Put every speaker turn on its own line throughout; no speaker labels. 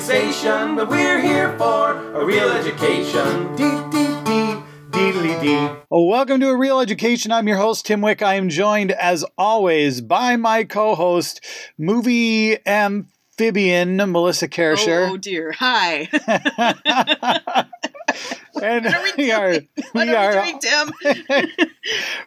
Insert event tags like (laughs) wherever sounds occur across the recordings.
station, but we're here for a real education. Dee dee dee, deedly dee.
Well, welcome to A Real Education. I'm your host, Tim Wick. I am joined, as always, by my co host, movie amphibian, Melissa
Oh
Kersher. (laughs)
dear. Hi. What
and
are we doing?
are,
are
(laughs) we, are,
we doing, Tim?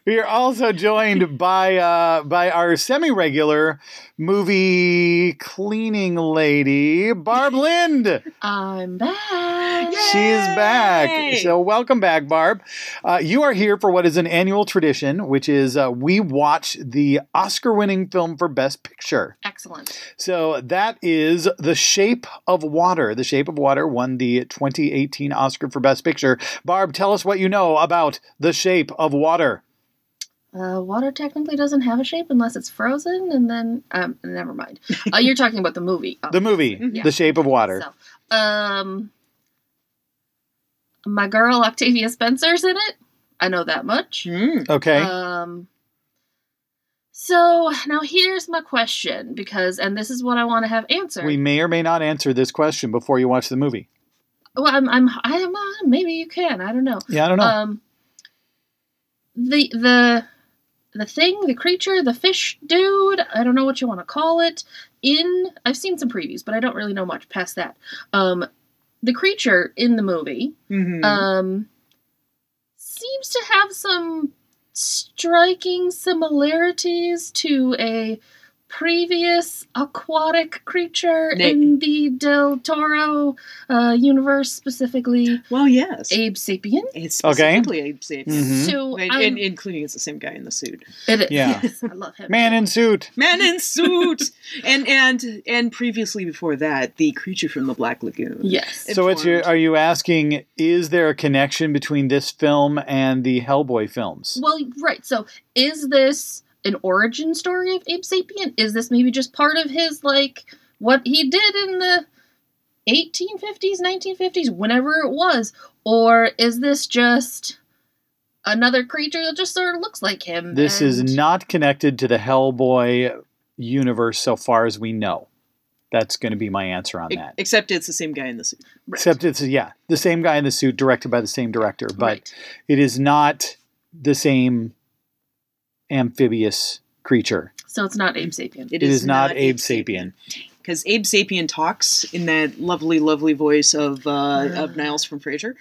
we are also joined by, uh, by our semi regular movie cleaning lady,
(laughs)
Barb Lind.
I'm back.
She's back.
Yay!
So, welcome back, Barb. Uh, you are here for what is an annual tradition, which is uh, we watch the Oscar winning film for Best Picture.
Excellent.
So, that is The Shape of Water. The Shape of Water won the 2018 Oscar for Best Picture. Barb, tell us what you know about The Shape of Water.
Uh, water technically doesn't have a shape unless it's frozen, and then um, never mind. Uh, you're talking about the movie.
(laughs) The movie,
Yeah.
The Shape of Water.
So, um, my girl Octavia Spencer's in it. I know that much.
Mm.
Okay.
Um, so now here's my question because, and this is what I want to have answered.
we may or may not answer this question before you watch the movie.
well, I'm, I'm, I'm, uh, maybe you can. I don't know.
Yeah, I don't know.
Um, the the the thing, the creature, the fish dude, I don't know what you want to call it. In I've seen some previews, but I don't really know much past that. Um, the creature in the movie
Mhm.
um, seems to have some striking similarities to a previous aquatic creature
Nick.
in the Del Toro uh, universe, specifically
well, yes.
Abe Sapien.
It's
Okay.
specifically Abe Sapien.
Mhm.
So um,
And-
I'm-
and including it's the same guy in the suit.
Mm-hmm. It is.
Yeah.
Yes, I love him.
Man in suit.
Man in
(laughs)
suit. and and and previously before that, the creature from the Black Lagoon.
Yes.
So it's your,
informed.
are you asking is there a connection between this film and the Hellboy films?
Well, right. So is this an origin story of Ape Sapien? Is this maybe just part of his, like, what he did in the 1850s, 1950s, whenever it was? Or is this just another creature that just sort of looks like him?
this
and-
is not connected to the Hellboy universe so far as we know. That's going to be my answer on
E-
that.
Except it's the same guy in the suit.
Right.
Except it's yeah, the same guy in the suit directed by the same director, but
Right.
it is not the same amphibious creature.
So it's not Ape Sapien.
it is, not, Abe Sapien.
because Abe Sapien talks in that lovely, lovely voice of uh, of Niles from
(laughs)
Frasier.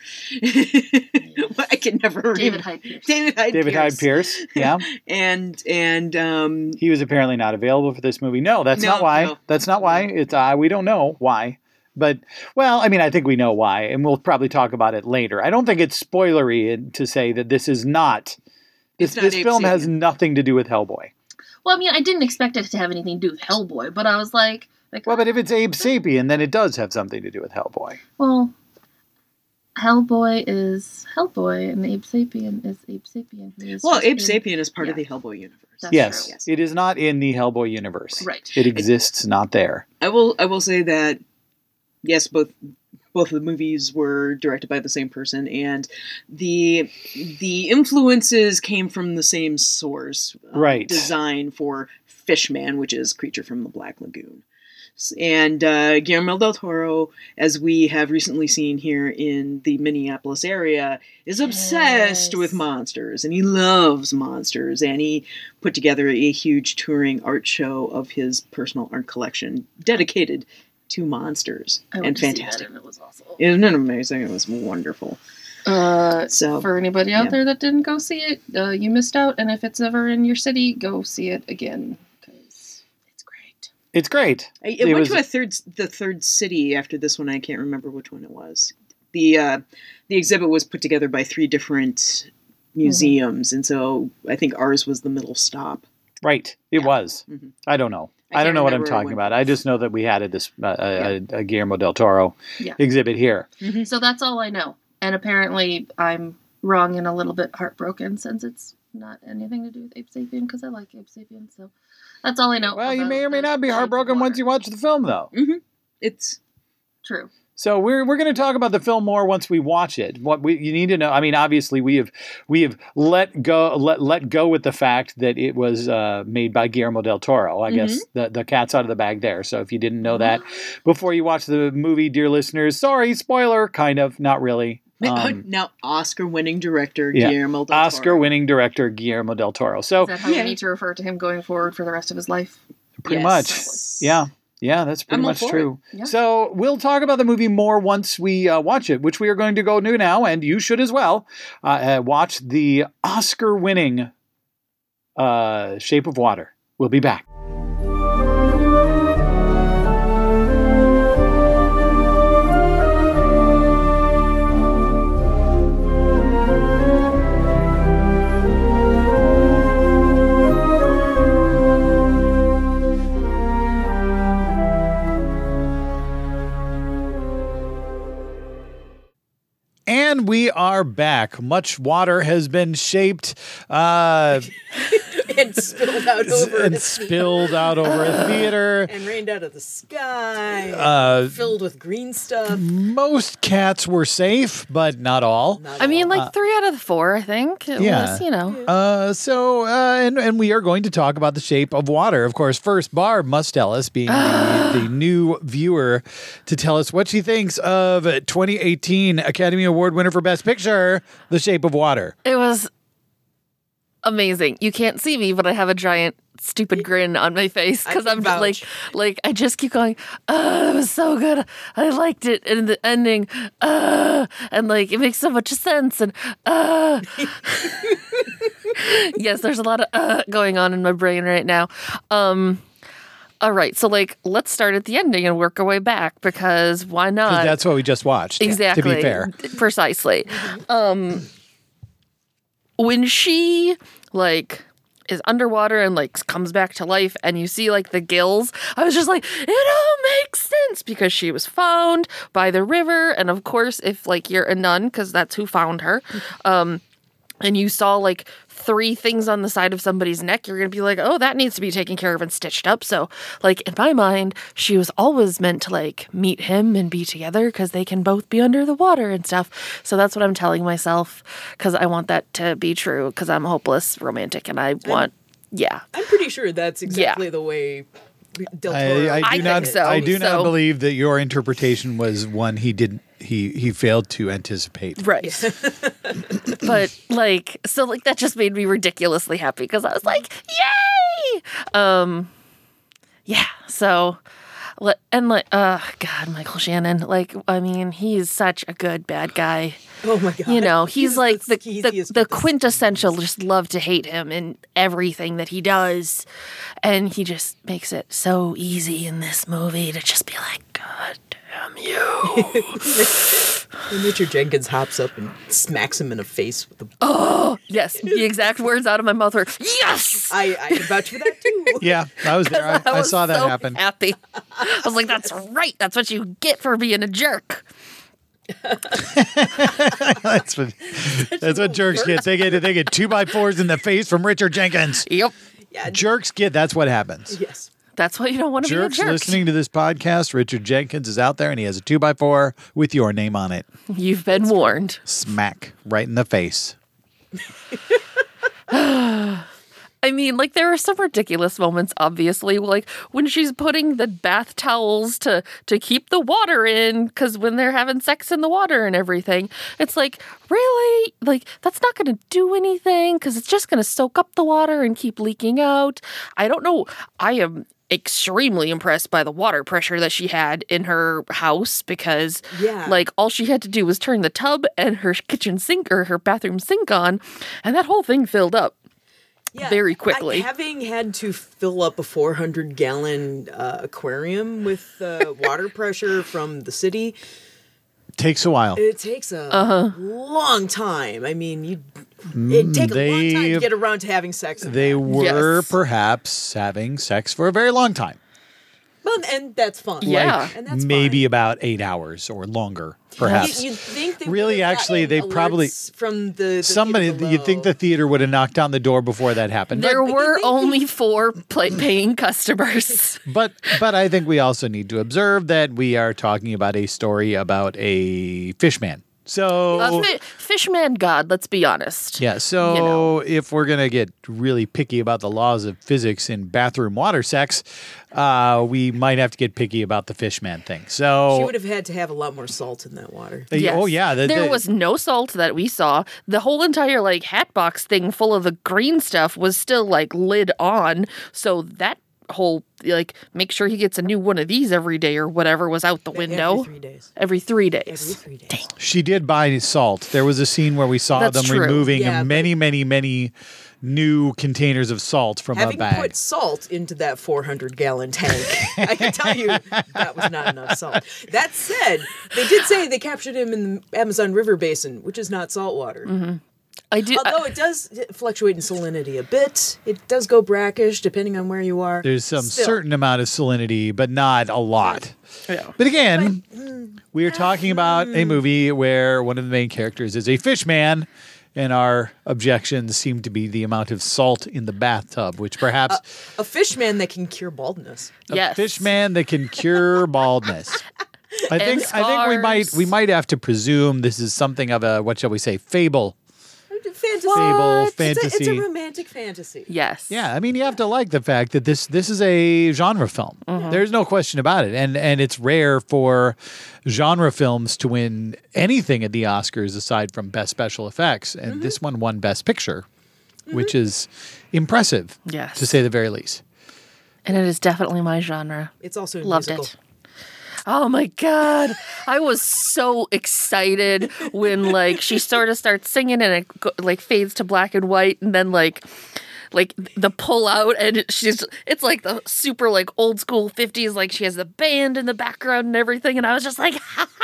(laughs) I can never remember.
David Hyde Pierce.
David Hyde.
David Hyde Pierce,
(laughs)
yeah.
And and um,
he was apparently not available for this movie. No, that's
No,
not why.
no.
That's not why. It's uh, we don't know why. But well, I mean, I think we know why, and we'll probably talk about it later. I don't think it's spoilery in- to say that this is not. This,
It's not
this
Abe
film has
Sapien.
nothing to do with Hellboy.
Well, I mean, I didn't expect it to have anything to do with Hellboy, but I was like, like
Well, but if it's Abe Sapien, then it does have something to do with Hellboy.
Well, Hellboy is Hellboy, and Abe Sapien is Abe Sapien. who is
well,
just
Abe
in-
Sapien is part of
yeah.
the Hellboy universe.
That's
Yes,
true.
Yes.
it is not in the Hellboy universe.
Right.
It exists not there.
I will I will say that yes, both both of the movies were directed by the same person, and the the influences came from the same source. um,
Right.
Design for Fishman, which is Creature from the Black Lagoon. S- And uh, Guillermo del Toro, as we have recently seen here in the Minneapolis area, is obsessed
Yes.
with monsters and he loves monsters. And he put together a huge touring art show of his personal art collection dedicated to monsters
I went
and
to see that,
fantastic.
and it was awful.
Isn't it amazing? It was wonderful.
Uh,
So
for anybody out
Yeah.
there that didn't go see it, uh, you missed out. And if it's ever in your city, go see it again because it's great.
It's great.
I, it,
It
went
was-
to a third the third city after this one. I can't remember which one it was. The uh, the exhibit was put together by three different museums, and so I think ours was the middle stop.
Right. It
Yeah.
was.
Mhm.
I don't know.
I
I, don't
can't
know what I'm
remember
talking
when.
about. I just know that we had a, dis- uh, a, a Guillermo del Toro
Yeah.
exhibit here.
So that's all I know. And apparently, I'm wrong and a little bit heartbroken since it's not anything to do with Ape Sapien because I like Ape Sapien. So that's all I know.
Well, you
about
may or may
the
not be
Shape of
heartbroken once
Water.
you watch the film, though.
It's
True.
So we're we're going to talk about the film more once we watch it. What we you need to know. I mean, obviously we have we have let go let let go with the fact that it was uh, made by Guillermo del Toro. I guess the the cat's out of the bag there. So if you didn't know that before you watch the movie, dear listeners, sorry, spoiler, kind of, not really.
(laughs)
Um,
now, Oscar-winning director
yeah.
Guillermo del Toro.
Oscar-winning director Guillermo del Toro. So
Oh.
Is that how
Yeah.
we need to refer to him going forward for the rest of his life?
pretty
Yes.
much,
(laughs)
yeah. Yeah, that's pretty
I'm all
much
for it.
true.
Yeah.
So we'll talk about the movie more once we uh, watch it, which we are going to go do now, and you should as well. Uh, uh, watch the Oscar-winning uh, Shape of Water. We'll be back. And we are back. Much water has been shaped uh,
and spilled out over
and
the sea
spilled out over a theater.
and rained out of the sky,
Uh,
filled with green stuff.
most cats were safe, but not all.
Not
I mean,
all.
like three out of the four, I think. It
Uh, yeah.
was, you know.
Uh, so, uh, and, and we are going to talk about the shape of water. Of course, first, Barb must tell us, being the,
(gasps)
the new viewer, to tell us what she thinks of 2018 Academy Award winner for Best Picture, The Shape of Water.
It was amazing. You can't see me, but I have a giant stupid grin on my face because
I
I'm just like,
vouch.
like I just keep going. Oh, it was so good. I liked it, and the ending, uh, and like it makes so much sense. And uh. (laughs) yes, there's a lot of uh going on in my brain right now. Um. All right, so like let's start at the ending and work our way back because why not?
That's what we just watched.
Uh, Exactly.
To be fair.
Precisely. Um when she like is underwater and like comes back to life and you see like the gills, I was just like, it all makes sense because she was found by the river. And of course, if like you're a nun, because that's who found her, um, and you saw like three things on the side of somebody's neck, you're gonna be like, oh, that needs to be taken care of and stitched up. So, like in my mind, she was always meant to like meet him and be together because they can both be under the water and stuff. So that's what I'm telling myself because I want that to be true because I'm hopeless romantic and I want, yeah,
I'm pretty sure that's exactly the way Del Toro.
I, I do
think
not.
so,
I do not
so-
believe that your interpretation was one he didn't. He he failed to anticipate.
Right. (laughs) but like so like that just made me ridiculously happy because I was like, "Yay!" Um yeah, so le- and like uh god, Michael Shannon, like I mean, he's such a good bad guy.
oh my god!
You know, he's like the the,
skeeziest
the
with this.
quintessential just love to hate him in everything that he does. And he just makes it so easy in this movie to just be like, God damn you.
When Richard Jenkins hops up and smacks him in the face with the.
yes, the exact words out of my mouth were, Yes!
I I can vouch for that too.
(laughs) Yeah, I was
(laughs)
there. I, I,
was
saw that
so
happen.
Happy. I was like, "That's right. That's what you get for being a jerk."
(laughs) That's what that's what jerks get. They get they get two by fours in the face from Richard Jenkins.
Yep.
Yeah.
Jerks get that's what happens.
Yes.
That's why you don't want to be a
Jerks
jerk.
listening to this podcast, Richard Jenkins is out there and he has a two by four with your name on it.
You've been warned.
Smack right in the face.
I mean, like there are some ridiculous moments. Obviously, like when she's putting the bath towels to to keep the water in, because when they're having sex in the water and everything, it's like really like that's not going to do anything because it's just going to soak up the water and keep leaking out. I don't know. I am extremely impressed by the water pressure that she had in her house because
Yeah.
like all she had to do was turn the tub and her kitchen sink or her bathroom sink on and that whole thing filled up
Yeah,
very
I-
quickly.
having had to fill up a 400 gallon uh, aquarium with uh, water pressure from the city,
Takes a while.
it takes a
Uh-huh.
long time. I mean, you it takes a long time
they-
to get around to having sex. with
Mm, They
that.
were
Yes.
perhaps having sex for a very long time.
Well, and that's fun.
Yeah.
and that's
maybe
fine.
about eight hours or longer,
You-
perhaps.
You'd think they
Really,
would've
actually, they
gotten
probably-
alerts from the, the
Somebody,
theater
you'd think
below.
the theater would have knocked on the door before that happened.
There
you
were
think-
only four pla paying customers.
(laughs) But but I think we also need to observe that we are talking about a story about a fishman. So
A fi- fishman god, let's be honest.
yeah, so
you know.
if we're gonna get really picky about the laws of physics in bathroom water sex, uh, we might have to get picky about the fishman thing.
she
So
would have had to have a lot more salt in that water.
they-
Yes.
oh yeah, the-
there
the-
was no salt that we saw. The whole entire like hat box thing full of the green stuff was still like lid on. So that whole like make sure he gets a new one of these every day or whatever was out the window
Every three days.
every three days.
Every three days.
she did buy salt. There was a scene where we saw
That's
them
true.
removing
Yeah, but-
many, many, many new containers of salt from a
Having
bag.
put salt into that 400 gallon tank, I can tell you that was not enough salt. That said, they did say they captured him in the Amazon River basin, which is not salt water.
Mm-hmm.
I do. uh, I-
Although it does fluctuate in salinity a bit, it does go brackish depending on where you are.
There's some
Still.
certain amount of salinity, but not a lot.
Yeah.
But again, we are talking about
hmm.
a movie where one of the main characters is a fish man, and our objections seem to be the amount of salt in the bathtub, which perhaps
a fishman that can cure baldness.
Uh, yes.
fish man that can
(laughs)
cure baldness. I think I think we might we
scars.
might have to presume this is something of a what shall we say fable.
Fantasy.
Fable,
It's a- It's a,
fantasy.
romantic fantasy.
Yes.
Yeah, I mean, you have to like the fact that this this is a genre film.
Mm-hmm.
There's no question about it, and and it's rare for genre films to win anything at the Oscars aside from Best Special Effects, and
Mm-hmm.
this one won Best Picture, which is impressive,
Yes.
to say the very least.
And it is definitely my genre.
It's also a
Loved
musical.
it. Oh my god! I was so excited when like she sort of starts singing and it go, like fades to black and white, and then like like the pull out and it- she's it's like the super like old school 50s like she has the band in the background and everything and i was just like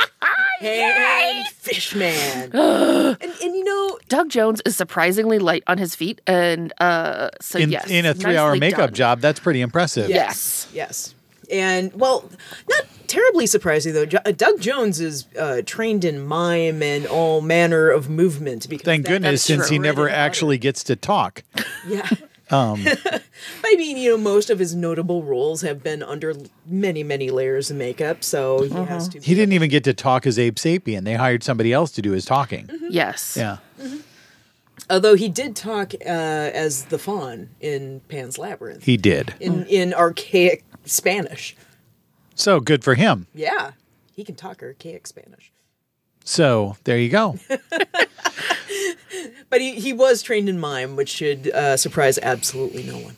(laughs)
Hey,
(gasps)
fishman. and, and you know,
doug jones is surprisingly light on his feet and uh so
In
yes
in a three hour
nicely
makeup
done.
job, that's pretty impressive.
Yeah.
Yes. Yes. And well, not terribly surprising though. Jo- uh, Doug Jones is uh, trained in mime and all manner of movement. Because
Thank
that-
goodness,
that's
since
true.
he never
Right in the
actually gets to talk. (laughs)
Yeah.
Um.
(laughs) I mean, you know, most of his notable roles have been under many, many layers of makeup, so he has to.
He didn't even get to talk as Abe Sapien. They hired somebody else to do his talking.
Mm-hmm. yes
Yeah.
Although he did talk uh, as the fawn in Pan's Labyrinth
He did.
in in archaic Spanish.
So good for him.
Yeah, he can talk archaic Spanish.
So there you go.
But he, he was trained in mime, which should uh, surprise absolutely no one.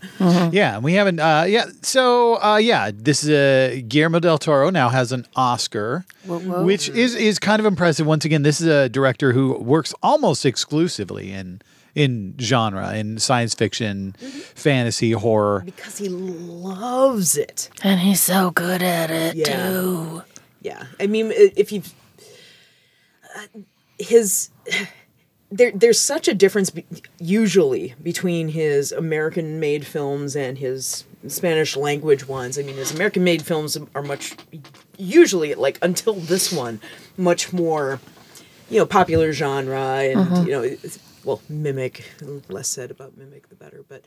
Yeah, and we haven't. Uh, yeah, so uh, yeah, this is a Guillermo del Toro now has an Oscar, which is is kind of impressive. Once again, this is a director who works almost exclusively in in genre, in science fiction, fantasy, horror.
Because he loves it.
and he's so good at it
Yeah.
too
Yeah. I mean, i- if you. Uh, his. There, there's such a difference be- usually between his American made films and his Spanish language ones. I mean, his American made films are much, usually, like until this one, much more, you know, popular genre and, you know, it's- well, mimic. Less said about mimic, the better. But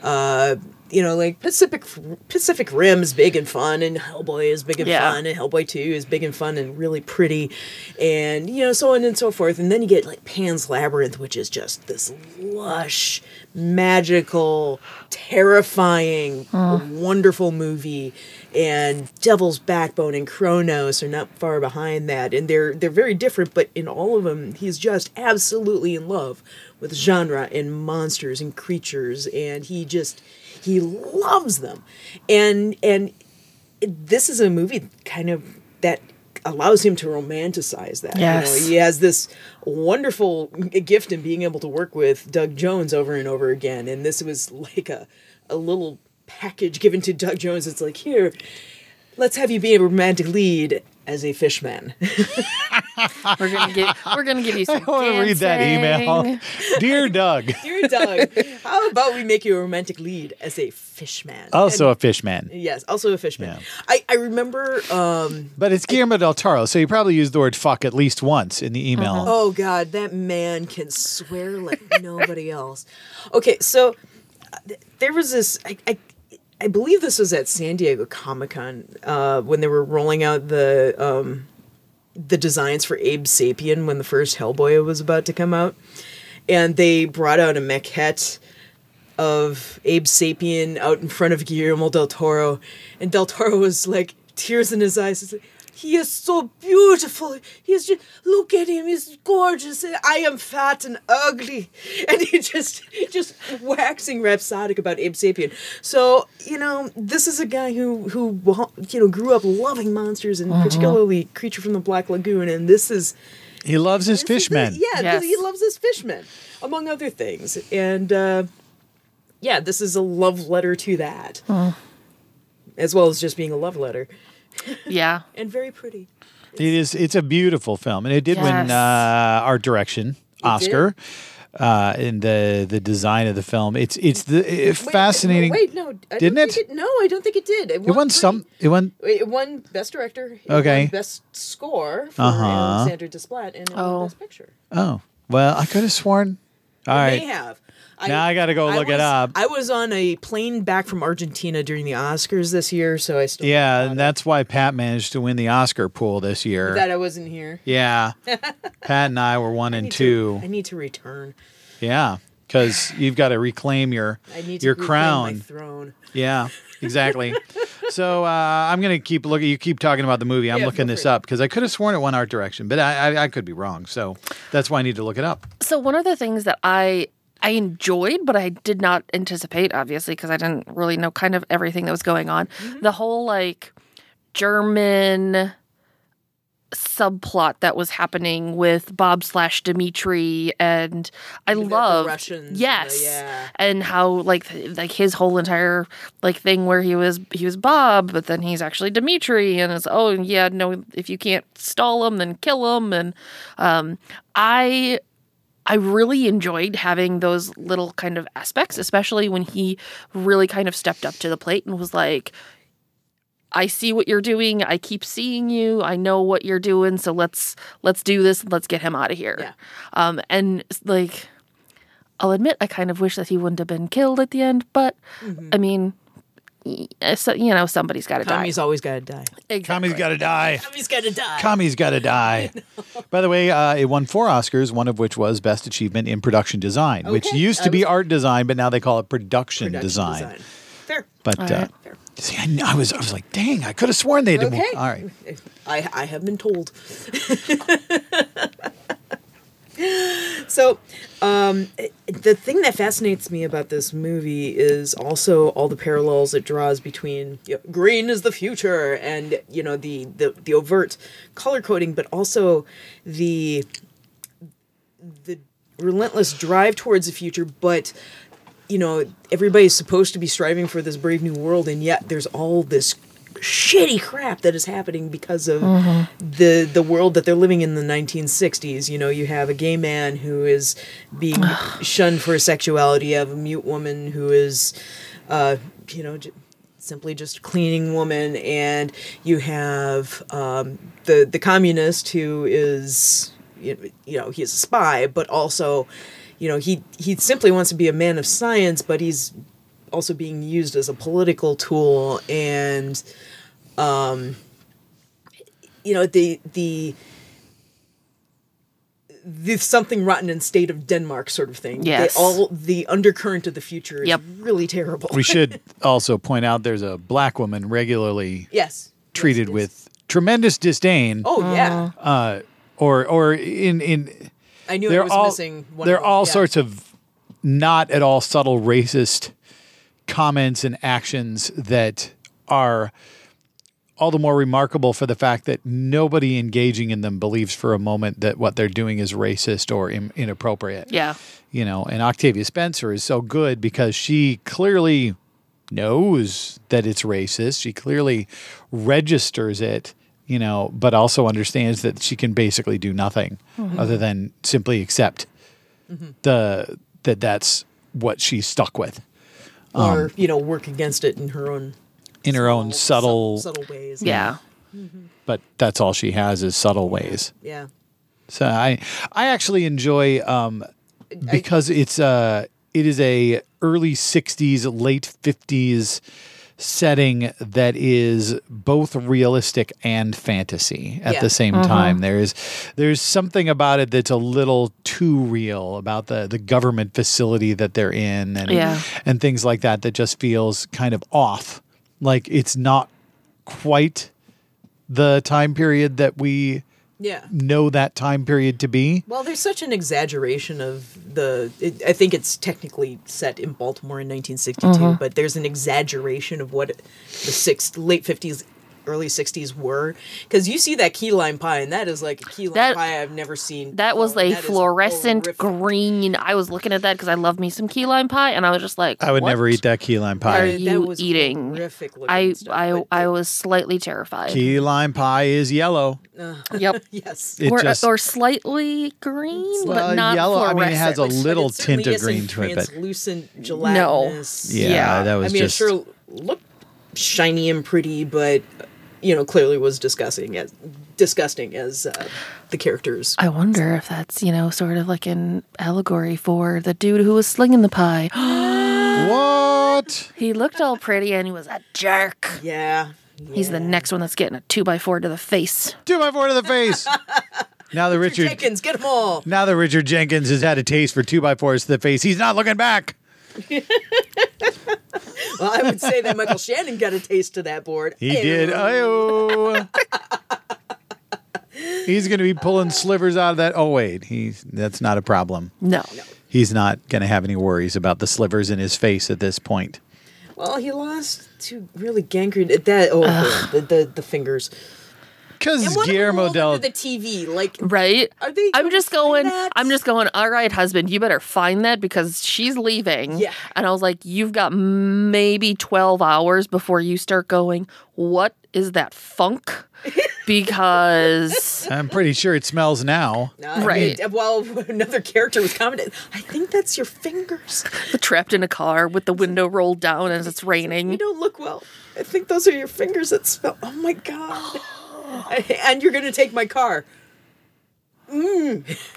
uh, you know, like Pacific Pacific Rim is big and fun, and Hellboy is big and
Yeah.
fun, and Hellboy Two is big and fun and really pretty, and you know, so on and so forth. And then you get like Pan's Labyrinth, which is just this lush, magical, terrifying, wonderful movie. And Devil's Backbone and Kronos are not far behind that, and they're they're very different, but in all of them, he's just absolutely in love with genre and monsters and creatures and he just he loves them and and this is a movie kind of that allows him to romanticize that you
Yes.
know, he has this wonderful gift in being able to work with doug jones over and over again and this was like a, a little package given to doug jones it's like here let's have you be a romantic lead as a (laughs) fishman.
We're gonna give we're gonna give you some.
(laughs) I want to read that email. (laughs)
dancing.
Dear Doug,
Dear Doug, how about we make you a romantic lead as a fishman?
also a fishman,
And- yes, also a fishman.
Yeah.
I, I remember. Um,
but it's Guillermo del Toro, so he probably used the word fuck at least once in the email.
Oh God, that man can swear like (laughs) nobody else. Okay, so uh, th- there was this. I, I, I believe this was at San Diego Comic Con uh, when they were rolling out the um, the designs for Abe Sapien when the first Hellboy was about to come out, and they brought out a maquette of Abe Sapien out in front of Guillermo del Toro, and del Toro was like tears in his eyes. He's like, he is so beautiful. He is just look at him. He's gorgeous. I am fat and ugly, (laughs) and he just just waxing rhapsodic about Abe Sapien. So you know this is a guy who who wa- you know grew up loving monsters and particularly Creature from the Black Lagoon, and this is
He loves his
this is it.
fishmen.
Yeah, th- he
Yes.
loves his fishmen, among other things. And uh, yeah, this is a love letter to that, as well as just being a love letter
Yeah.
and very pretty.
It is. It's a beautiful film, and it did win
Yes.
uh, art direction Oscar. Uh, in the the design of the film, it's it's the it,
Wait,
fascinating.
Wait, no, I
Didn't
don't
it?
think No, I don't think it did. It won,
it won
three.
some. It won.
It won best director. It
Okay.
Won best score for
Uh-huh.
Alexander Desplat and it won
Oh.
best picture.
Oh well, I could have sworn. All
They
right,
have.
Now I gotta go look it
was-
up.
I was on a plane back from Argentina during the Oscars this year, so I still
yeah, and that's why Pat managed to win the Oscar pool this year.
that I wasn't here. (laughs)
yeah, Pat and I were one and
need to-
two.
I need to return.
Yeah, because you've got to reclaim your
I need to
your
reclaim
crown.
My throne.
Yeah,
(laughs)
exactly. so uh, I'm gonna keep looking. You keep talking about the movie. I'm
Yeah,
looking
feel
this
free.
up because I could have sworn it won Art Direction, but I, I I could be wrong. So that's why I need to look it up.
So one of the things that I I enjoyed, but I did not anticipate, obviously, because I didn't really know kind of everything that was going on. The whole like German subplot that was happening with Bob slash Dimitri, and I
The- the
love
Russians and the-
Yes,
yeah.
and how like th- like his whole entire like thing where he was he was Bob, but then he's actually Dimitri, and it's oh yeah, no, if you can't stall him, then kill him, and um, I I really enjoyed having those little kind of aspects, especially when he really kind of stepped up to the plate and was like. I see what you're doing. I keep seeing you. I know what you're doing. So let's let's do this. Let's get him out of here.
Yeah.
Um, and like I'll admit, I kind of wish that he wouldn't have been killed at the end, but I mean, y- so, you know, somebody's got to die.
Tommy's always got to die.
Exactly.
Tommy's got to die.
Tommy's got to die.
Tommy's got to die.
(laughs)
By the way, uh, it won four Oscars, one of which was Best Achievement in Production Design, which
Okay,
used
I
to be
was-
art design, but now they call it production,
Production
design.
Fair.
But
All
uh,
right.
see, I, kn- I was I was like, dang, I could have sworn they did.
Okay.
All right.
I, I have been told. (laughs) so, um, it- the thing that fascinates me about this movie is also all the parallels it draws between you know, green is the future and you know the the, the overt color coding, but also the the relentless drive towards the future, but you know, everybody's supposed to be striving for this brave new world, and yet there's all this shitty crap that is happening because of the the world that they're living in the 1960s. You know, you have a gay man who is being shunned for his sexuality, you have a mute woman who is, uh, you know. J- simply just a cleaning woman and you have um, the the communist who is you know, you know he's a spy but also you know he he simply wants to be a man of science but he's also being used as a political tool and um you know the the the something rotten in state of Denmark sort of thing. They
Yes.
all the undercurrent of the future is
Yep.
really terrible.
We should also point out there's a black woman regularly
(laughs) Yes.
treated with tremendous disdain,
Oh yeah.
uh, or or in in
I knew I
they're
was
all
missing one.
they're
of them.
all
Yeah.
sorts of not at all subtle racist comments and actions that are all the more remarkable for the fact that nobody engaging in them believes for a moment that what they're doing is racist or in, inappropriate.
Yeah.
You know, and Octavia Spencer is so good because she clearly knows that it's racist. She clearly registers it, you know, but also understands that she can basically do nothing other than simply accept the that that's what she's stuck with
or
um,
you know work against it in her own
in her own subtle,
subtle ways.
Yeah.
but that's all she has is subtle ways.
yeah.
So I I actually enjoy um because it's uh it is a early 60s late 50s setting that is both realistic and fantasy at
Yeah.
the same time there is there's something about it that's a little too real about the the government facility that they're in and
Yeah.
and things like that that just feels kind of off like it's not quite the time period that we
Yeah.
know that time period to be.
Well, there's such an exaggeration of the. It, I think it's technically set in Baltimore in 1962,
Mm-hmm.
but there's an exaggeration of what the six, late 50s, early 60s were. Because you see that key lime pie, and that is like a key lime
That-
pie I've never seen.
That was
before, and
a
that is
fluorescent
horrific.
green. I was looking at that because I love me some key lime pie, and I was just like,
I would
"What
never eat that key lime
Are
pie.
That
you
was
eating?
horrific looking
I
stuff,
I
but-
I was slightly terrified.
(laughs) Key lime pie is yellow.
Yep.
Yes.
It
or, uh,
just
or slightly green,
well,
but not
yellow. I
fluorescent.
mean, it has a
But
little
it certainly
tint of
isn't
green to it, but
translucent gelatinous.
yeah,
yeah.
that was
I mean,
just
it sure looked shiny and pretty, but you know, clearly was disgusting as disgusting as uh, the characters.
I wonder if that's you know sort of like an allegory for the dude who was slinging the pie. (gasps)
what?
he looked all pretty and he was a jerk.
Yeah,
He's the next one that's getting a two by four to the face.
Two by four to the
(laughs)
face. now that Richard,
Jenkins, get them all.
now that Richard Jenkins has had a taste for two by fours to the face, he's not looking back.
Well, I would say
(laughs)
that Michael Shannon got a taste of that board.
He did.
(laughs)
Oh. he's going to be pulling slivers out of that. Oh wait, he's that's not a problem.
No.
He's not going to have any worries about the slivers in his face at this point.
Well, he lost to really gangrene. That oh, the, the the fingers.
Because
And what
Guillermo
rolled
del
under the TV like.
Right?
Are they
I'm just going
that?
I'm just going, all right, husband, you better find that because she's leaving.
Yeah.
And I was like, you've got maybe 12 hours before you start going, what is
(laughs)
that funk? Because
(laughs) I'm pretty sure it smells now.
Nah, I mean,
Right.
well, (laughs) another character was commenting. I think that's your fingers.
trapped in a car with the window rolled down as it's
You
raining.
don't look well. I think those are your fingers that smell. Oh my god! and you're gonna take my car,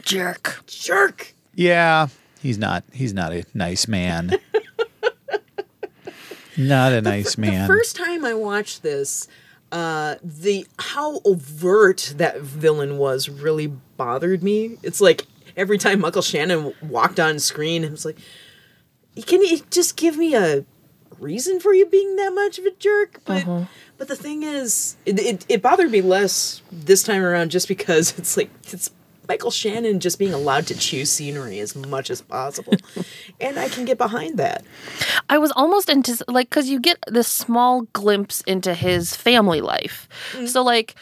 Jerk.
jerk.
Yeah, he's not. He's not a nice man. not a nice man.
The first time I watched this, uh, the how overt that villain was really bothered me. It's like every time Michael Shannon walked on screen, it was like, can you just give me a reason for you being that much of a jerk? But but the thing is, it, it it bothered me less this time around just because (laughs) it's like it's. Michael Shannon just being allowed to choose scenery as much as possible. and I can get behind that.
I was almost into like because you get this small glimpse into his family life. So like,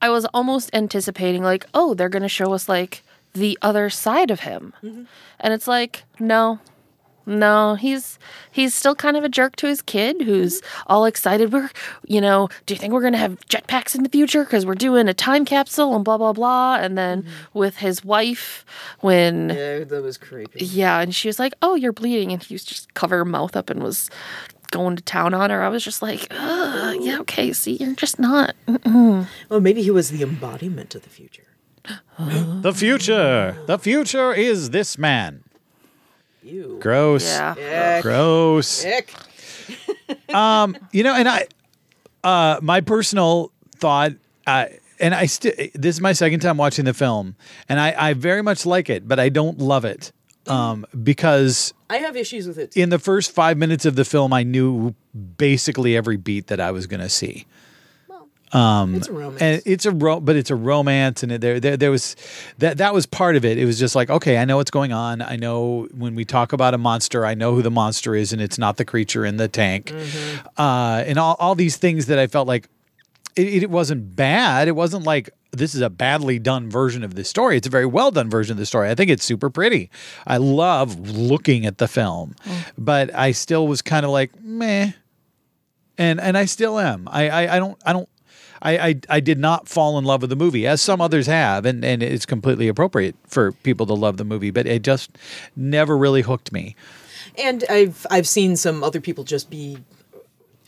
I was almost anticipating like, oh, they're gonna show us like the other side of him, and it's like, no, no, he's he's still kind of a jerk to his kid who's all excited. We're you know, do you think we're gonna have jetpacks in the future? Because we're doing a time capsule and blah blah blah. And then with his wife, when
Yeah, that was creepy.
yeah, and she was like, "Oh, you're bleeding," and he was just cover her mouth up and was going to town on her. I was just like, Ugh, "Yeah, okay, see, you're just not." (laughs)
Well, maybe he was the embodiment of the future.
the future. The future is this man.
You.
Gross.
Yeah,
Gross. you know, and I, uh, my personal thought, uh, and I still, this is my second time watching the film, and I, I very much like it, but I don't love it, um, because
I have issues with it. too.
in the first five minutes of the film, I knew basically every beat that I was going to see.
it's a romance.
And it's a ro- but it's a romance, and it- there, there there was that that was part of it. It was just like, okay, I know what's going on. I know when we talk about a monster, I know who the monster is, and it's not the creature in the tank, uh, and all all these things that I felt like it, it- it wasn't bad. It wasn't like this is a badly done version of this story. It's a very well done version of the story. I think it's super pretty. I love looking at the film, but I still was kind of like meh, and and I still am. I I, I don't I don't I, I I did not fall in love with the movie as some others have, and and it's completely appropriate for people to love the movie, but it just never really hooked me.
And I've I've seen some other people just be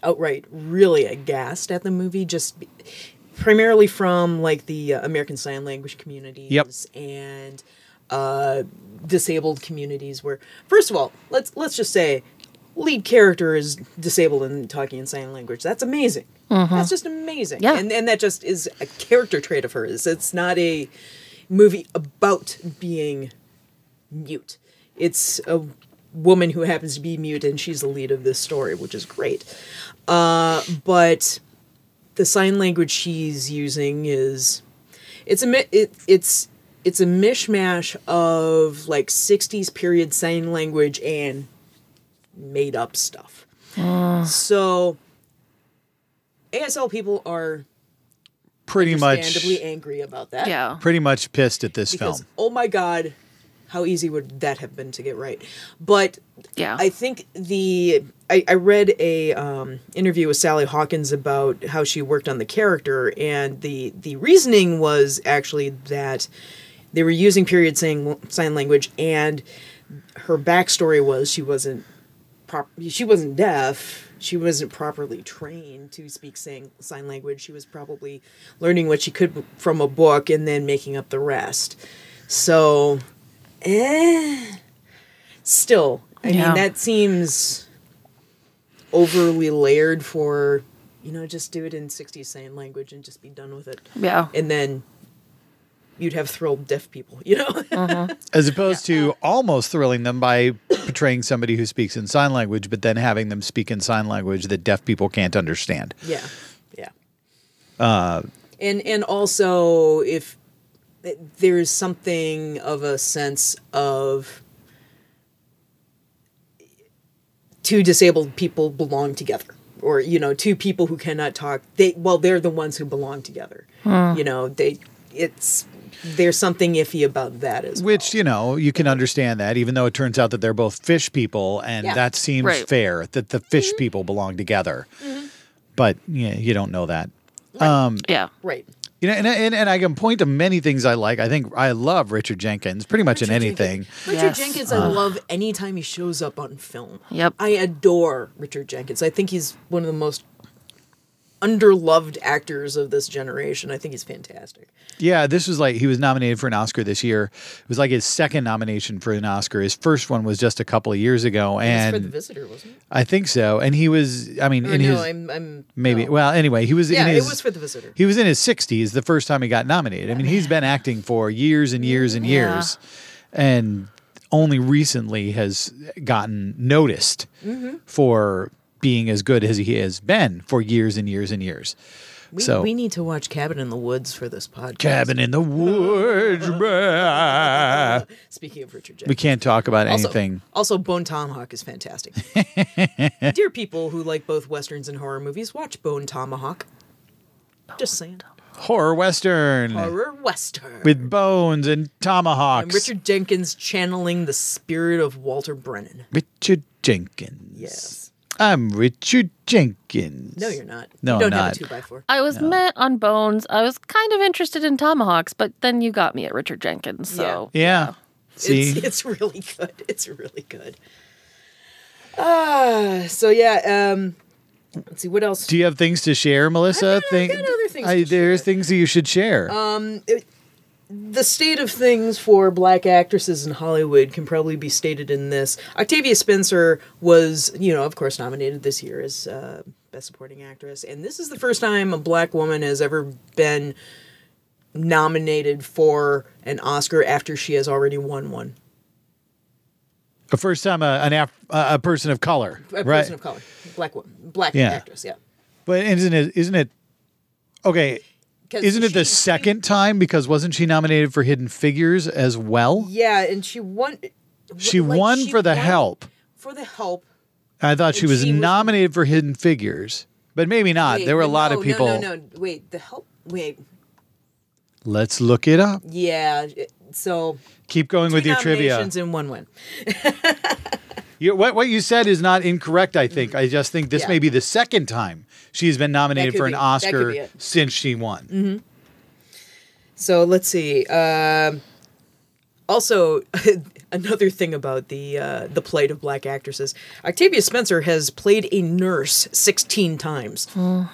outright really aghast at the movie, just be, primarily from like the uh, American Sign Language communities and uh, disabled communities. Where first of all, let's let's just say, lead character is disabled and talking in sign language. That's amazing. That's just amazing.
Yeah.
and and that just is a character trait of hers. It's not a movie about being mute. It's a woman who happens to be mute, and she's the lead of this story, which is great. Uh, but the sign language she's using is it's a mi- it, it's it's a mishmash of like 60s period sign language and made up stuff. So ASL people are
Pretty much,
understandably angry about that
Yeah.
pretty much pissed at this
because
film.
oh my god how easy would that have been to get right but
Yeah.
i think the i, I read a um, interview with sally hawkins about how she worked on the character and the the reasoning was actually that they were using period sign, sign language and her backstory was she wasn't prop- she wasn't deaf she wasn't properly trained to speak sang- sign language she was probably learning what she could from a book and then making up the rest so eh, still i
Yeah.
mean that seems overly layered for you know just do it in 60 sign language and just be done with it
Yeah.
and then you'd have thrilled deaf people you know (laughs)
As opposed
uh,
to almost thrilling them by portraying somebody who speaks in sign language, but then having them speak in sign language that deaf people can't understand.
Yeah, yeah. Uh, and and also if there's something of a sense of two disabled people belong together or you know two people who cannot talk they well they're the ones who belong together you know they it's there's something iffy about that as well.
Which, you know, you can understand that, even though it turns out that they're both fish people, and
Yeah. Mm-hmm.
that seems
Right.
fair that the fish people belong together. But yeah, you don't know that.
Yeah.
right
You know, and, and, and I can point to many things I like. I think I love Richard Jenkins pretty much in
Richard
anything.
Jenkins. Richard
Yes.
Jenkins,
Uh.
I love anytime he shows up on film.
Yep.
I adore Richard Jenkins. I think he's one of the most underloved actors of this generation. I think he's fantastic.
Yeah, this was like he was nominated for an Oscar this year. It was like his second nomination for an Oscar. His first one was just a couple of years ago,
It's
and
for the visitor, wasn't it?
I think so. And he was, I mean,
Or
in
no,
his
I'm, I'm
maybe.
no.
Well, anyway, he was.
yeah,
in his,
it was for the visitor.
He was in his 60s the first time he got nominated. I mean, he's been acting for years and years and years, and only recently has gotten noticed
Mm-hmm.
for being as good as he has been for years and years and years.
We,
so-
we need to watch Cabin in the Woods for this podcast.
Cabin in the woods. bruh.
(laughs) Speaking of
we
Richard Jenkins.
can't talk about
Also,
anything.
also, Bone Tomahawk is
(laughs)
fantastic. Dear people who like both westerns and horror movies, watch Bone Tomahawk. Just saying.
Horror western
Horror western.
with bones and tomahawks.
And Richard Jenkins channeling the spirit of Walter Brennan.
Richard Jenkins. I'm Richard Jenkins.
No, you're not.
No,
you don't
I'm
have a
not.
two by four.
I was met on Bones. I was kind of interested in Tomahawks, but then you got me at Richard Jenkins. So
Yeah. See?
It's, it's really good. It's really good. Ah, so yeah. Um, let's see what else.
Do you have things to share, Melissa?
I've got- I've got other things to
there's
share. Uh,
things that you should share.
the state of things for black actresses in Hollywood can probably be stated in this. Octavia Spencer was, you know, of course, nominated this year as uh, Best Supporting Actress. And this is the first time a black woman has ever been nominated for an Oscar after she has already won one.
the first time a an Af- uh, a a person of color,
A
right?
person of color. Black woman. Black
Yeah.
actress, yeah.
but isn't it? Isn't it? Okay,
'Cause
isn't it
she-
the second time? Because wasn't she nominated for Hidden Figures as well?
Yeah, and she won.
She
like,
won
she
for the
won
help.
For the help.
I thought she
and
was
she was-
nominated for Hidden Figures, but maybe not.
Wait,
there were a
no,
lot of people.
No, no, no. Wait, the help. Wait.
Let's look it up.
Yeah. it- So
Keep going with
two
your trivia.
nominations and one win.
you, what what you said is not incorrect. I think. I just think this
Mm-hmm. Yeah.
may be the second time she's been nominated
could
for an
be- that could be
Oscar
it.
since she won.
So let's see. Um, also, (laughs) another thing about the uh, the plight of black actresses: Octavia Spencer has played a nurse sixteen times. (laughs)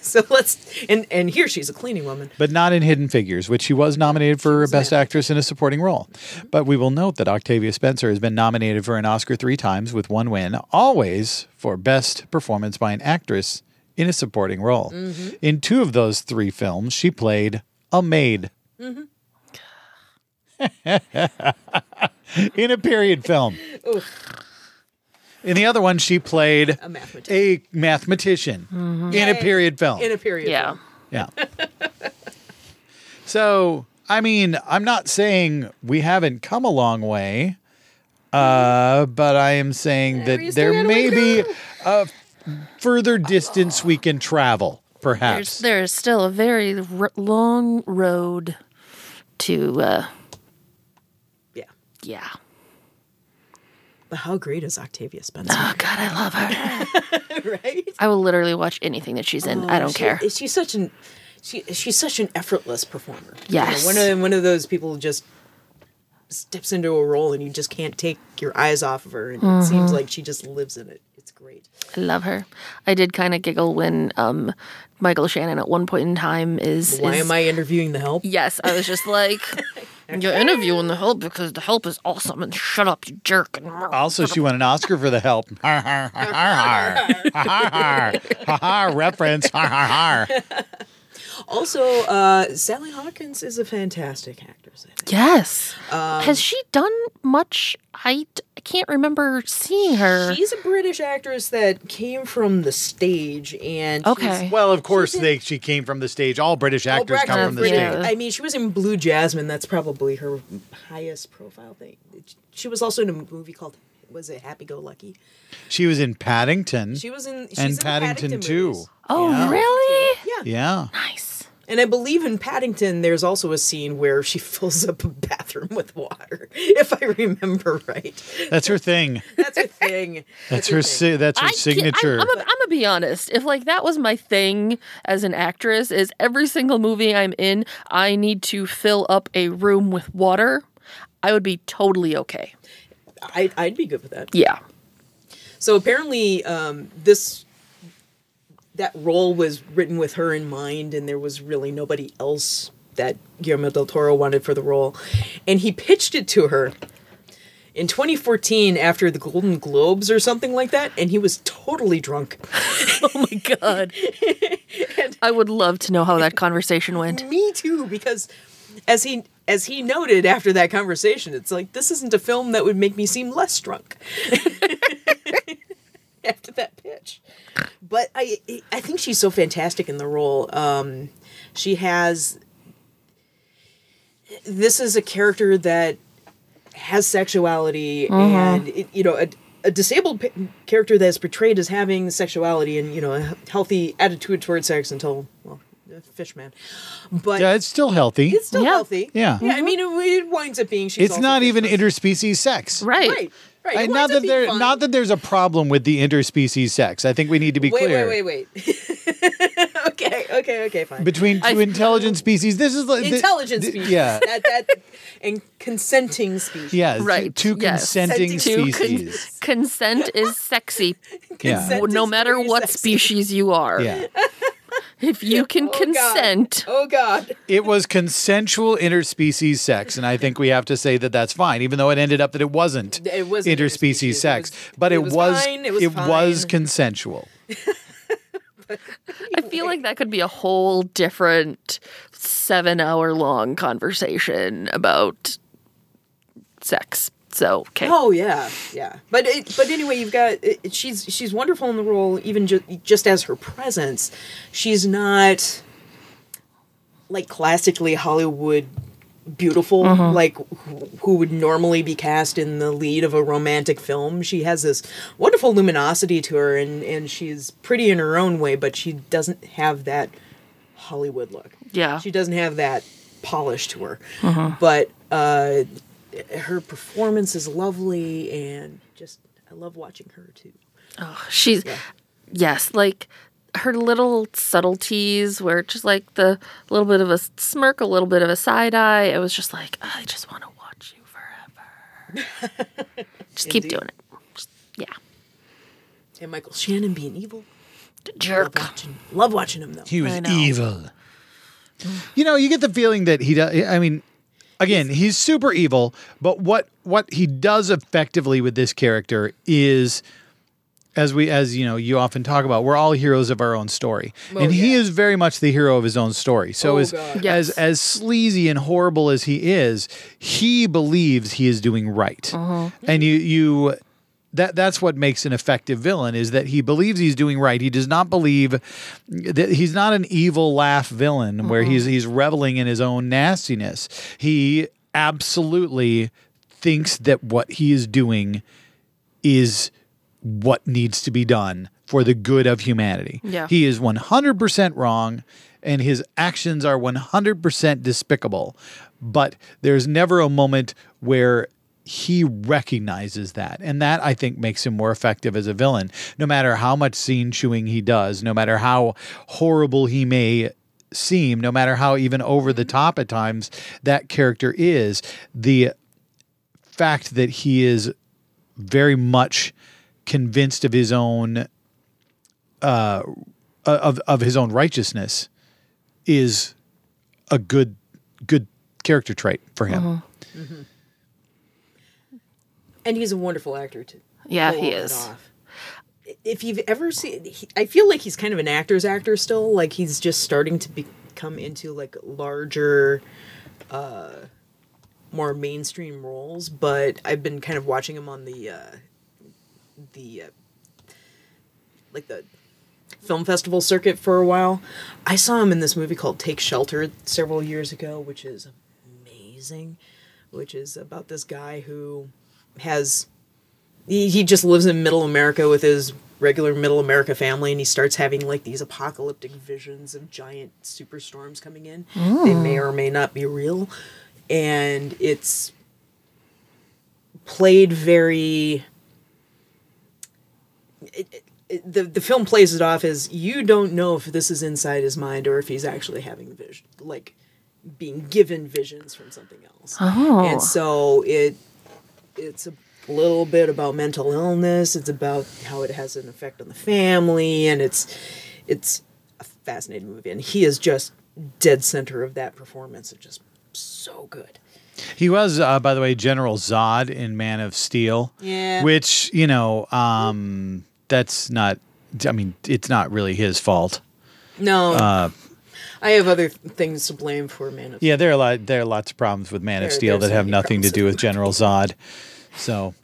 so let's and and here she's a cleaning woman.
but not in Hidden Figures, which she was nominated for Best Actress in a Supporting Role.
Mm-hmm.
But we will note that Octavia Spencer has been nominated for an Oscar three times with one win, always for Best Performance by an Actress in a Supporting Role.
Mm-hmm.
In two of those three films, she played a maid.
Mm-hmm.
(laughs) in a period film. In the other one, she played
A mathematician
a mathematician in a period film.
in a period.
Yeah.
Yeah. so, I mean, I'm not saying we haven't come a long way, uh, but I am saying that there may be a further distance we can travel,
There's,
perhaps.
there's still a very r- long road to, uh,
Yeah.
yeah.
But how great is Octavia Spencer? (laughs)
Oh, God, I love her. Oh,
right?
I will literally watch anything that she's in. I
Oh,
don't
She-
care.
She's such an she, she's such an effortless performer. You know,
Yes.
one of one of those people who just steps into a role and you just can't take your eyes off of her, and it
Mm-hmm.
seems like she just lives in it. It's great.
I love her. I did kind of giggle when um, Michael Shannon at one point in time is.
Why
is-
am I interviewing the help?
Yes, I was
(laughs)
just like, you're interviewing the help because the help is awesome and shut up, you
(laughs)
jerk. And
Also, she won an Oscar for the help. (laughs) Har, har, har, har, har. Har, har. Har, har. Reference. Har, har, har.
Also, uh, Sally Hawkins is a fantastic actress. I think.
Yes.
Um,
Has she done much? I, d- I can't remember seeing her.
She's a British actress that came from the stage, and she's-
Okay.
Well, of course, they, she came from the stage. All British
Oh,
actors come
Brexit,
from the
British.
yeah.
stage.
I mean, she was in Blue Jasmine. That's probably her highest profile thing. She was also in a movie called was it Happy Go Lucky?
She was in Paddington.
She was in she's
and
in the
Paddington,
Paddington
too.
movies.
oh, really?
Yeah,
Yeah.
Nice.
and I believe in Paddington, there's also a scene where she (laughs) fills up a bathroom with water, (laughs) if I remember right.
That's her thing.
That's her thing.
That's her.
thing.
Si- that's her
I can't-
signature.
I, am gonna be honest. If like that was my thing as an actress, is every single movie I'm in, I need to fill up a room with water. I would be totally okay.
I, I'd be good with that.
Yeah.
So apparently, um, this that role was written with her in mind, and there was really nobody else that Guillermo del Toro wanted for the role, and he pitched it to her in 2014 after the Golden Globes or something like that, and he was totally drunk.
Oh my god. (laughs) I would love to know how that conversation went.
Me too, because as he as he noted after that conversation, it's like this isn't a film that would make me seem less drunk. (laughs) after that pitch, but I I think she's so fantastic in the role. Um, she has this is a character that has sexuality
Mm-hmm.
and it, you know a, a disabled p- character that's portrayed as having sexuality and you know a healthy attitude towards sex until well uh, fishman but
yeah, it's still healthy.
it's
It's,
still
Yeah. Mm-hmm.
healthy
Yeah.
yeah i mean it, it winds up being she's also
not even
fishman.
interspecies sex.
Right.
right right
I-
It
not
winds up
that
being
there,
fine.
not that there's a problem with the interspecies sex. I think we need to be
wait
clear
wait wait wait (laughs) okay okay okay fine
between two
I-
intelligent species. This is like the-
intelligent
the-
species
Yeah,
that, that and consenting species
yeah.
Right,
Two
yes.
consenting
Two con-
species.
consent is sexy,
yeah.
consent-
no
is
matter
very
what
sexy.
species you are.
Yeah,
If you can
Oh, God.
consent,
(laughs) oh god
it was consensual interspecies sex, and I think we have to say that that's fine, even though it ended up that it wasn't,
It wasn't interspecies.
interspecies
It
sex,
was-
but
it
it
was
was
fine, it was
was
fine.
consensual.
I feel like that could be a whole different seven hour long conversation about sex. So, okay.
Oh yeah, yeah. But it, but anyway, you've got it, it- she's she's wonderful in the role, even just just as her presence. She's not like classically Hollywood beautiful,
Mm-hmm.
like who, who would normally be cast in the lead of a romantic film. She has this wonderful luminosity to her, and and she's pretty in her own way, but she doesn't have that Hollywood look
yeah. Mm-hmm.
she doesn't have that polish to her. But uh, her performance is lovely, and just I love watching her too.
She's yes, like her little subtleties where just like the little bit of a smirk, a little bit of a side eye. It was just like "Oh, I just want to watch you forever. just keep doing it. Just- yeah,
And Michael Shannon being evil,
jerk.
watching, love watching him though.
He was
I know.
evil.
You know, you get the feeling that he does. I mean, again, he's, super evil, but what what he does effectively with this character is, as we as you know, you often talk about, we're all heroes of our own story, and he is very much the hero of his own story. So as as
Oh, Yes.
as sleazy and horrible as he is, he believes he is doing right,
Uh-huh.
and you you. That, that's what makes an effective villain is that he believes he's doing right. He does not believe that he's not an evil laugh villain where he's he's reveling in his own nastiness. He absolutely thinks that what he is doing is what needs to be done for the good of humanity.
Yeah.
He is 100% wrong and his actions are 100% despicable. But there's never a moment where he recognizes that. And that I think makes him more effective as a villain. No matter how much scene chewing he does, no matter how horrible he may seem, no matter how even over the top at times that character is, the fact that he is very much convinced of his own uh of of his own righteousness is a good good character trait for him.
and he's a wonderful actor too.
Yeah,
pull
he
all that
is.
off. If you've ever seen, he, I feel like he's kind of an actor's actor still. Like he's just starting to become into like larger, uh, more mainstream roles. But I've been kind of watching him on the, uh, the, uh, like the film festival circuit for a while. I saw him in this movie called Take Shelter several years ago, which is amazing. Which is about this guy who has he, he just lives in middle America with his regular middle America family and he starts having like these apocalyptic visions of giant superstorms coming in. They may or may not be real. And it's played very it- the the film plays it off as you don't know if this is inside his mind or if he's actually having vision, like being given visions from something else. And so it it's a little bit about mental illness. It's about how it has an effect on the family, and it's it's a fascinating movie. And he is just dead center of that performance. It's just so good.
He was, uh, by the way, General Zod in Man of Steel.
Yeah.
Which, you know, um, that's not, I mean, it's not really his fault.
No, I have other things to blame for Man of.
Uh, Yeah, there are a lot, there are lots of problems with Man of
There-
Steel
there's
that have
many
nothing to
problems.
do with General Zod. So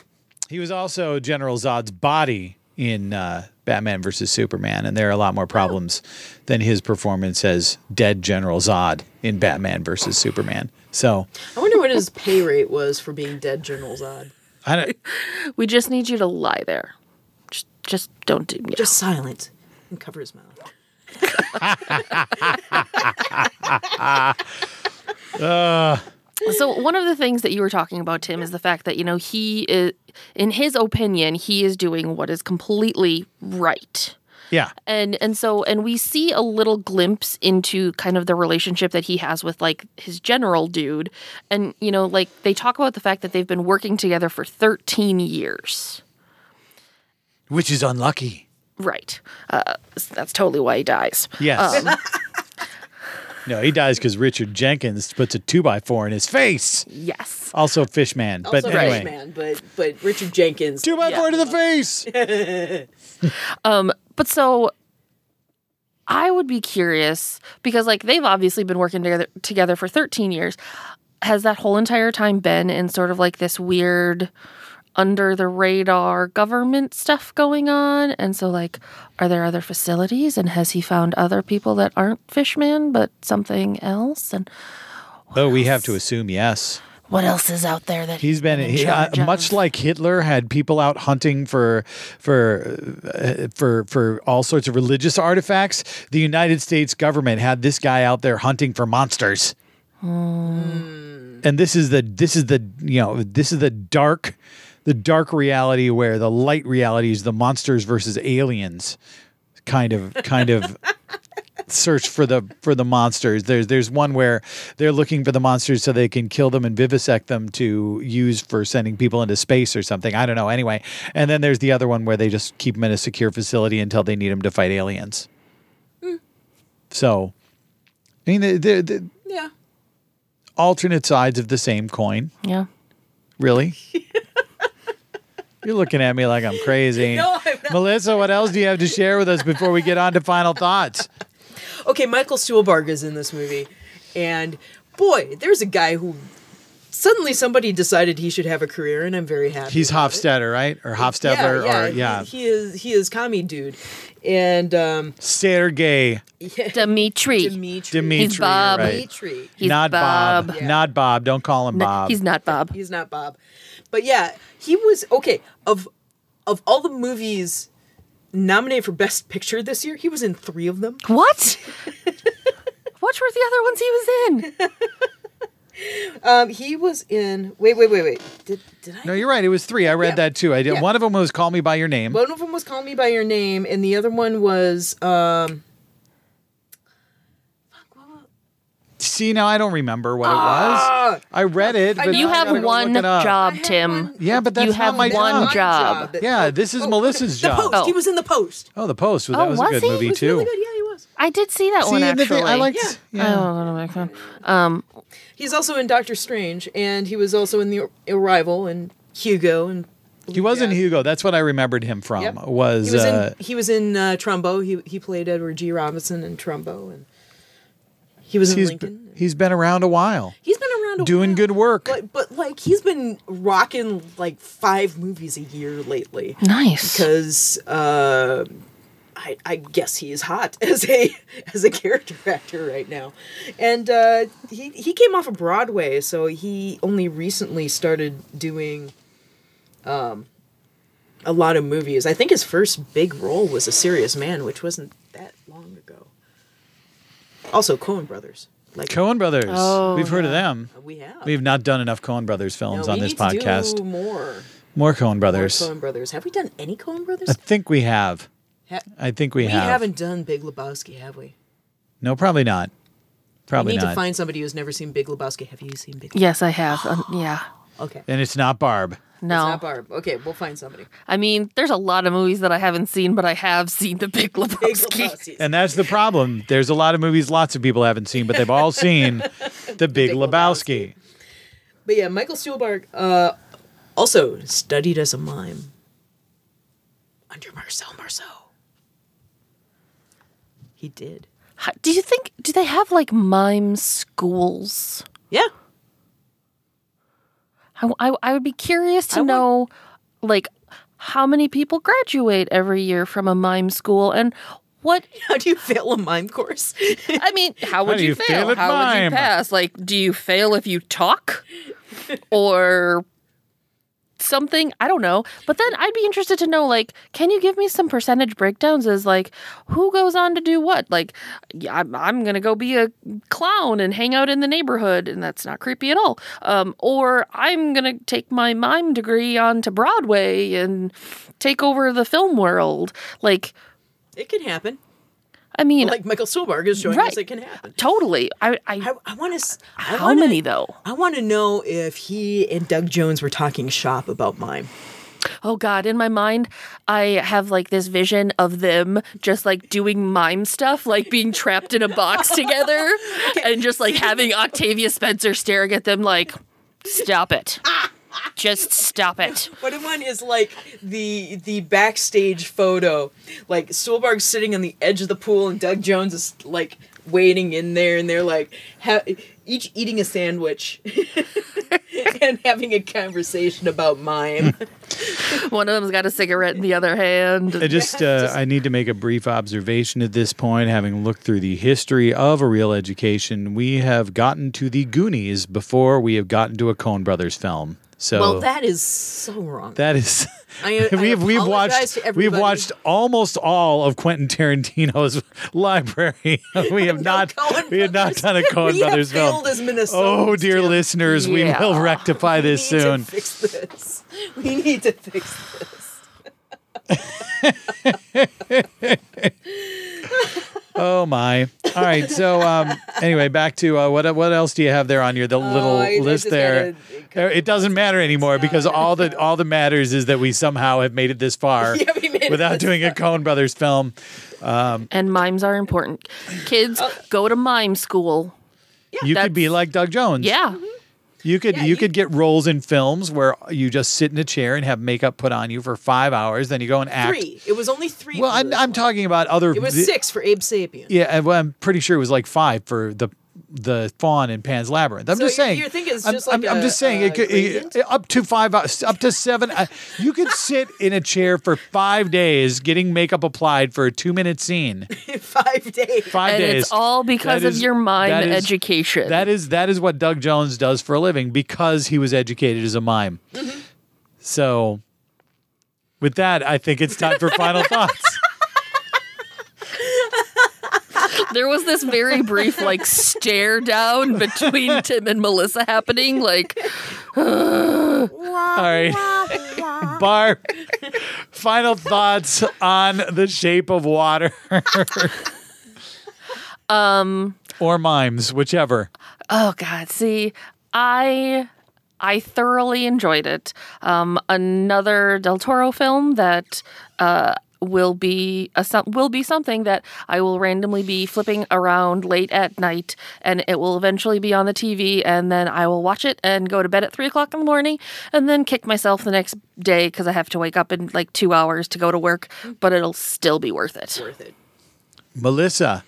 he was also General Zod's body in uh, Batman versus Superman. And there are a lot more problems than his performance as dead General Zod in Batman versus Superman. So
I wonder what his pay rate was for being dead General Zod.
I don't,
We just need you to lie there. Just, just don't do. Yeah.
Just silent and cover his mouth.
So one of the things that you were talking about, Tim, is the fact that you know he is, in his opinion, he is doing what is completely right.
yeah.
and and so and we see a little glimpse into kind of the relationship that he has with like his general dude and you know like they talk about the fact that they've been working together for 13 years
Which is unlucky.
right uh, that's totally why he dies
Yes.
Oh.
no, he dies because Richard Jenkins puts a two by four in his face.
yes
Also Fishman.
Also
but anyway.
Fishman, but but Richard Jenkins.
Two by
Yeah.
four to the
(laughs)
face.
Um, but so i would be curious because like they've obviously been working together together for 13 years has that whole entire time been in sort of like this weird under the radar government stuff going on and so like are there other facilities and has he found other people that aren't fishman but something else and
Oh, we have to assume yes.
what else is out there that
He's been he, uh,
charge
much
of.
like Hitler had people out hunting for for uh, for for all sorts of religious artifacts. The United States government had this guy out there hunting for monsters. and this is the this is the you know this is the dark the dark reality where the light reality is the monsters versus aliens kind of kind of search for the for the monsters there's there's one where they're looking for the monsters so they can kill them and vivisect them to use for sending people into space or something i don't know anyway and then there's the other one where they just keep them in a secure facility until they need them to fight aliens
Hmm.
so i mean the, the, the
Yeah.
alternate sides of the same coin
Yeah.
(laughs)
Really? You're looking at me like I'm crazy.
No, I'm not.
Melissa, what else do you have to share with us before we get on to final thoughts?
Okay, Michael Stuhlbarg is in this movie, and boy, there's a guy who suddenly somebody decided he should have a career, and I'm very happy.
He's
about it.
Hofstadter, right? Or Hofstadler, or yeah,
He, he is he is commie dude, and um,
Sergey
Dimitri.
Dimitri.
Dimitri,
He's Bob.
right?
Dimitri.
He's
not Bob,
Bob.
not Bob. Don't call him
No,
Bob.
He's not Bob.
He's not Bob, but yeah, he was okay. Of of all the movies nominated for Best Picture this year, he was in three of them.
What? what were the other ones he was in?
Um, he was in. Wait, wait, wait, wait. Did did I?
no, you're right. It was three. I read that too. I did.
Yeah.
One of them was "Call Me by Your Name."
One of them was "Call Me by Your Name," and the other one was um,
See, now I don't remember what it
Ah.
was. I read it. But
You
now I gotta
have
go
one
look it up.
job,
had
Tim.
one-
Yeah, but that's
you
not
have
my
one
job.
job.
that-
Yeah, this is Melissa's
Oh. The
job.
post. He was in the post.
Oh, the post. Well, that
Oh,
was, a
was
good
he?
movie
It
He was
too.
really good. Yeah, he was.
I did see that one
and the
actually. Oh,
thing- I liked.
I don't know, my phone. Um,
He's also in Doctor Strange, and he was also in the Arrival and Hugo, and
He was in
Yeah.
Hugo. That's what I remembered him from.
Yep.
Was,
he was
uh,
in he was in uh, Trumbo. He he played Edward G. Robinson in Trumbo, and he was in
he's
Lincoln.
he's been around a while,
He's been around a
doing
while.
good work.
But, but like he's been rocking like five movies a year lately.
nice.
because uh, I, I guess he is hot (laughs) as a as a character (laughs) actor right now, and uh, he he came off of Broadway, so he only recently started doing um, a lot of movies. I think his first big role was a serious man, which wasn't that long ago. Also, Coen Brothers, like
Cohen Brothers.
Oh,
We've heard of them.
we have.
We've not done enough Cohen Brothers
No,
films
we
on this
need to do
podcast.
more.
More Cohen Brothers.
Coen Brothers. Have we done any Coen
I (laughs)
Brothers?
think we have.
Ha-
I think we,
we
have.
haven't done Big Lebowski, have we?
No, probably not. Probably
we need
not.
to find somebody who's never seen Big Lebowski. Have you seen Big? Lebowski?
yes, I
(gasps)
have. Um, yeah.
Okay.
and it's not Barb.
It's
No.
not Barb. Okay, we'll find somebody.
I mean, there's a lot of movies that I haven't seen, but I have seen The Big Lebowski.
Big Lebowski.
And that's the problem. There's a lot of movies lots of people haven't seen, but they've
(laughs)
all seen The Big, Lebowski.
But yeah, Michael Stuhlbarg uh, also studied as a mime under Marcel Marceau. He did.
(laughs) Hi- Do you think, do they have like mime schools?
Yeah. (laughs)
I, I, I would be curious to know, like, how many people graduate every year from a mime school and what
How do you fail a mime course?
I mean, how would
do
you,
you
fail?
fail at
how would you
mime?
pass? Like, do you fail if you talk or something? I don't know. But then I'd be interested to know, like, can you give me some percentage breakdowns as like who goes on to do what? Like, yeah, I'm, I'm gonna go be a clown and hang out in the neighborhood, and that's not creepy at all. Um, or I'm gonna take my mime degree onto Broadway and take over the film world. Like,
it can happen.
I mean,
Like Michael Stuhlbarg is showing
Right.
us it can happen.
totally. I,
I,
I
I want to.
how many though?
I want to know if he and Doug Jones were talking shop about mime.
Oh God, in my mind, I have like this vision of them just like doing mime stuff, like being trapped in a (laughs) box together and just like having Octavia Spencer staring at them like, stop it. Just stop it.
What I want is like the the backstage photo, like Stuhlbarg's sitting on the edge of the pool, and Doug Jones is like waiting in there, and they're like ha- each eating a (laughs) sandwich and having a conversation
(laughs)
about mime.
One of them's got a cigarette in the other hand.
I
(laughs)
just, uh, I need to make a brief observation at this point. Having looked through the history of a real education, we have gotten to the Goonies before we have gotten to a Coen Brothers film. So
well, that is so wrong.
Oh. that is.
I-
(laughs)
I
we've we've
apologize
watched
to
we've
everybody.
watched almost all of Quentin Tarantino's (laughs) library. we have not
Coen
we have not
Brothers.
done a Coen
(laughs) we
Brothers
have failed
film.
as Minnesotans,
Oh dear
Tim.
listeners, we
Yeah.
will rectify this
(laughs) we need
soon.
To fix this. We need to fix this.
Oh my! All right, so
(laughs)
um, anyway, back to uh, what what else do you have there on your the little
Oh, I- I
list
just
there?
gotta-
There- It doesn't matter anymore because all that all that matters is that we somehow have made it this far
(laughs) Yeah, we made it
without
this
doing a Coen Brothers film.
And mimes are important. Kids, go to mime school.
you
that's-
could be like Doug Jones.
Yeah.
You could
Yeah,
you,
you-
could get roles in films where you just sit in a chair and have makeup put on you for five hours, then you go and act.
Three. It was only three.
Well,
for
I'm,
this
I'm
one.
talking about other.
It was
the-
six for Abe Sapien.
Yeah, and, well, I'm pretty sure it was like five for the the fawn in Pan's Labyrinth. I'm
So
just
you're-
saying.
you're thinking it's
I'm,
just
I'm,
like
I'm
a-
just saying it
a
could it,
gradient?
up to five hours, up to seven. uh, you could sit in a chair for five days getting makeup applied for a two minute scene.
(laughs) Five days.
Five
and
days.
it's all because
That
of
is-
your mime
that is-
education.
That is that is what Doug Jones does for a living because he was educated as a mime.
Mm-hmm.
So, with that, I think it's time for
(laughs)
final thoughts.
(laughs) there was this very brief like stare
(laughs)
down between Tim and Melissa happening. Like
All right, (laughs) Barb. Final thoughts on the Shape of
(laughs)
Water.
um
or mimes, whichever.
oh god, see, I I thoroughly enjoyed it. Um another Del Toro film that uh will be a som- will be something that I will randomly be flipping around late at night, and it will eventually be on the TV, and then I will watch it and go to bed at three o'clock in the morning, and then kick myself the next day because I have to wake up in like two hours to go to work, but it'll still be worth it.
Worth it.
Melissa,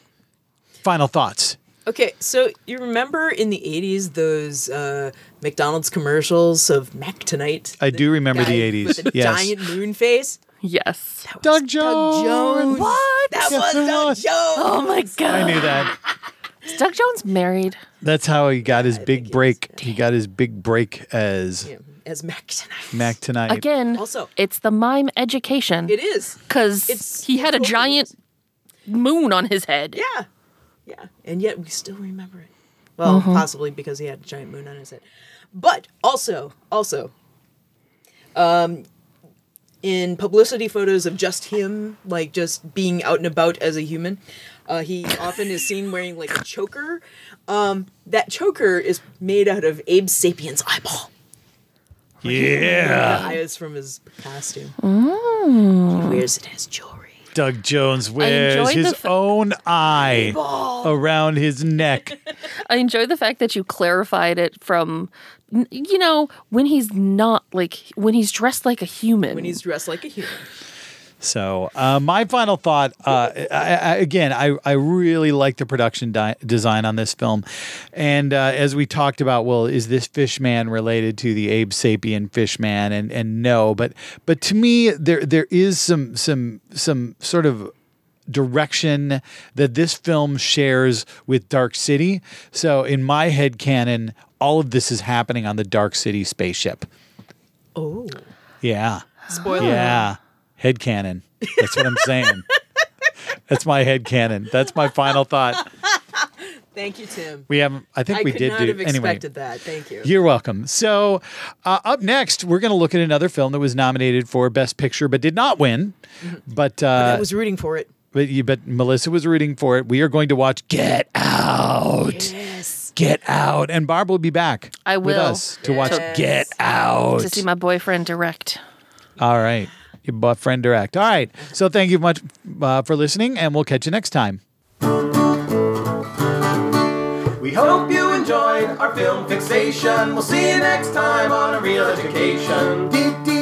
final thoughts.
Okay, so you remember in the 80s those uh, McDonald's commercials of Mac Tonight?
I do remember
Guy
the 80s.
With a
yes.
giant moon face?
Yes.
That was
Doug Jones.
Doug Jones.
What?
That
Yes,
was
it
Doug
was.
Jones.
Oh my
I
god!
knew that.
Is Doug Jones married?
That's how he got his big break. He got his big break as
Yeah, as Mac Tonight.
Mac tonight.
Again,
Also-
it's the mime education.
It is.
because
It's-
he had a
totally
giant moon on his head.
Yeah. Yeah. And yet we still remember it. Well, possibly because he had a giant moon on his head. But also, also, um, in publicity photos of just him, like just being out and about as a human, uh, he often is seen wearing like a choker. Um, that choker is made out of Abe Sapien's eyeball.
Yeah.
The eye is from his costume. He wears it as jewelry.
Doug Jones wears
enjoyed
his
the fa-
own eye around his neck.
I enjoy the fact that you clarified it from, n- you know, when he's not like when he's dressed like a human.
When he's dressed like a human.
So, uh, my final thought uh, I, I, again, I, I really like the production di- design on this film. And uh, as we talked about, well, is this Fishman related to the Abe Sapien Fishman? And and no, but but to me, there there is some some some sort of direction that this film shares with Dark City. So, in my head canon, all of this is happening on the Dark City spaceship.
Oh.
Yeah.
Spoiler.
Yeah. Head cannon. That's what I'm saying. That's my head cannon. That's my final thought.
Thank you, Tim.
We haven't I think
I
we
could
did
not
do
have
anyway.
expected that. Thank you.
You're welcome. So, uh, up next, we're going to look at another film that was nominated for Best Picture but did not win. But
I
uh,
Mm-hmm. was rooting for it.
but, you, but Melissa was rooting for it. We are going to watch Get Out.
Yes.
Get Out, and Barb will be back.
I
with
will.
us to watch
Yes.
Get Out.
to see my boyfriend direct.
All right. Your bu- friend direct. All right. So thank you much uh, for listening, and we'll catch you next time.
Oh, We hope you enjoyed our film fixation. We'll see you next time on A Real Education. Dee, dee,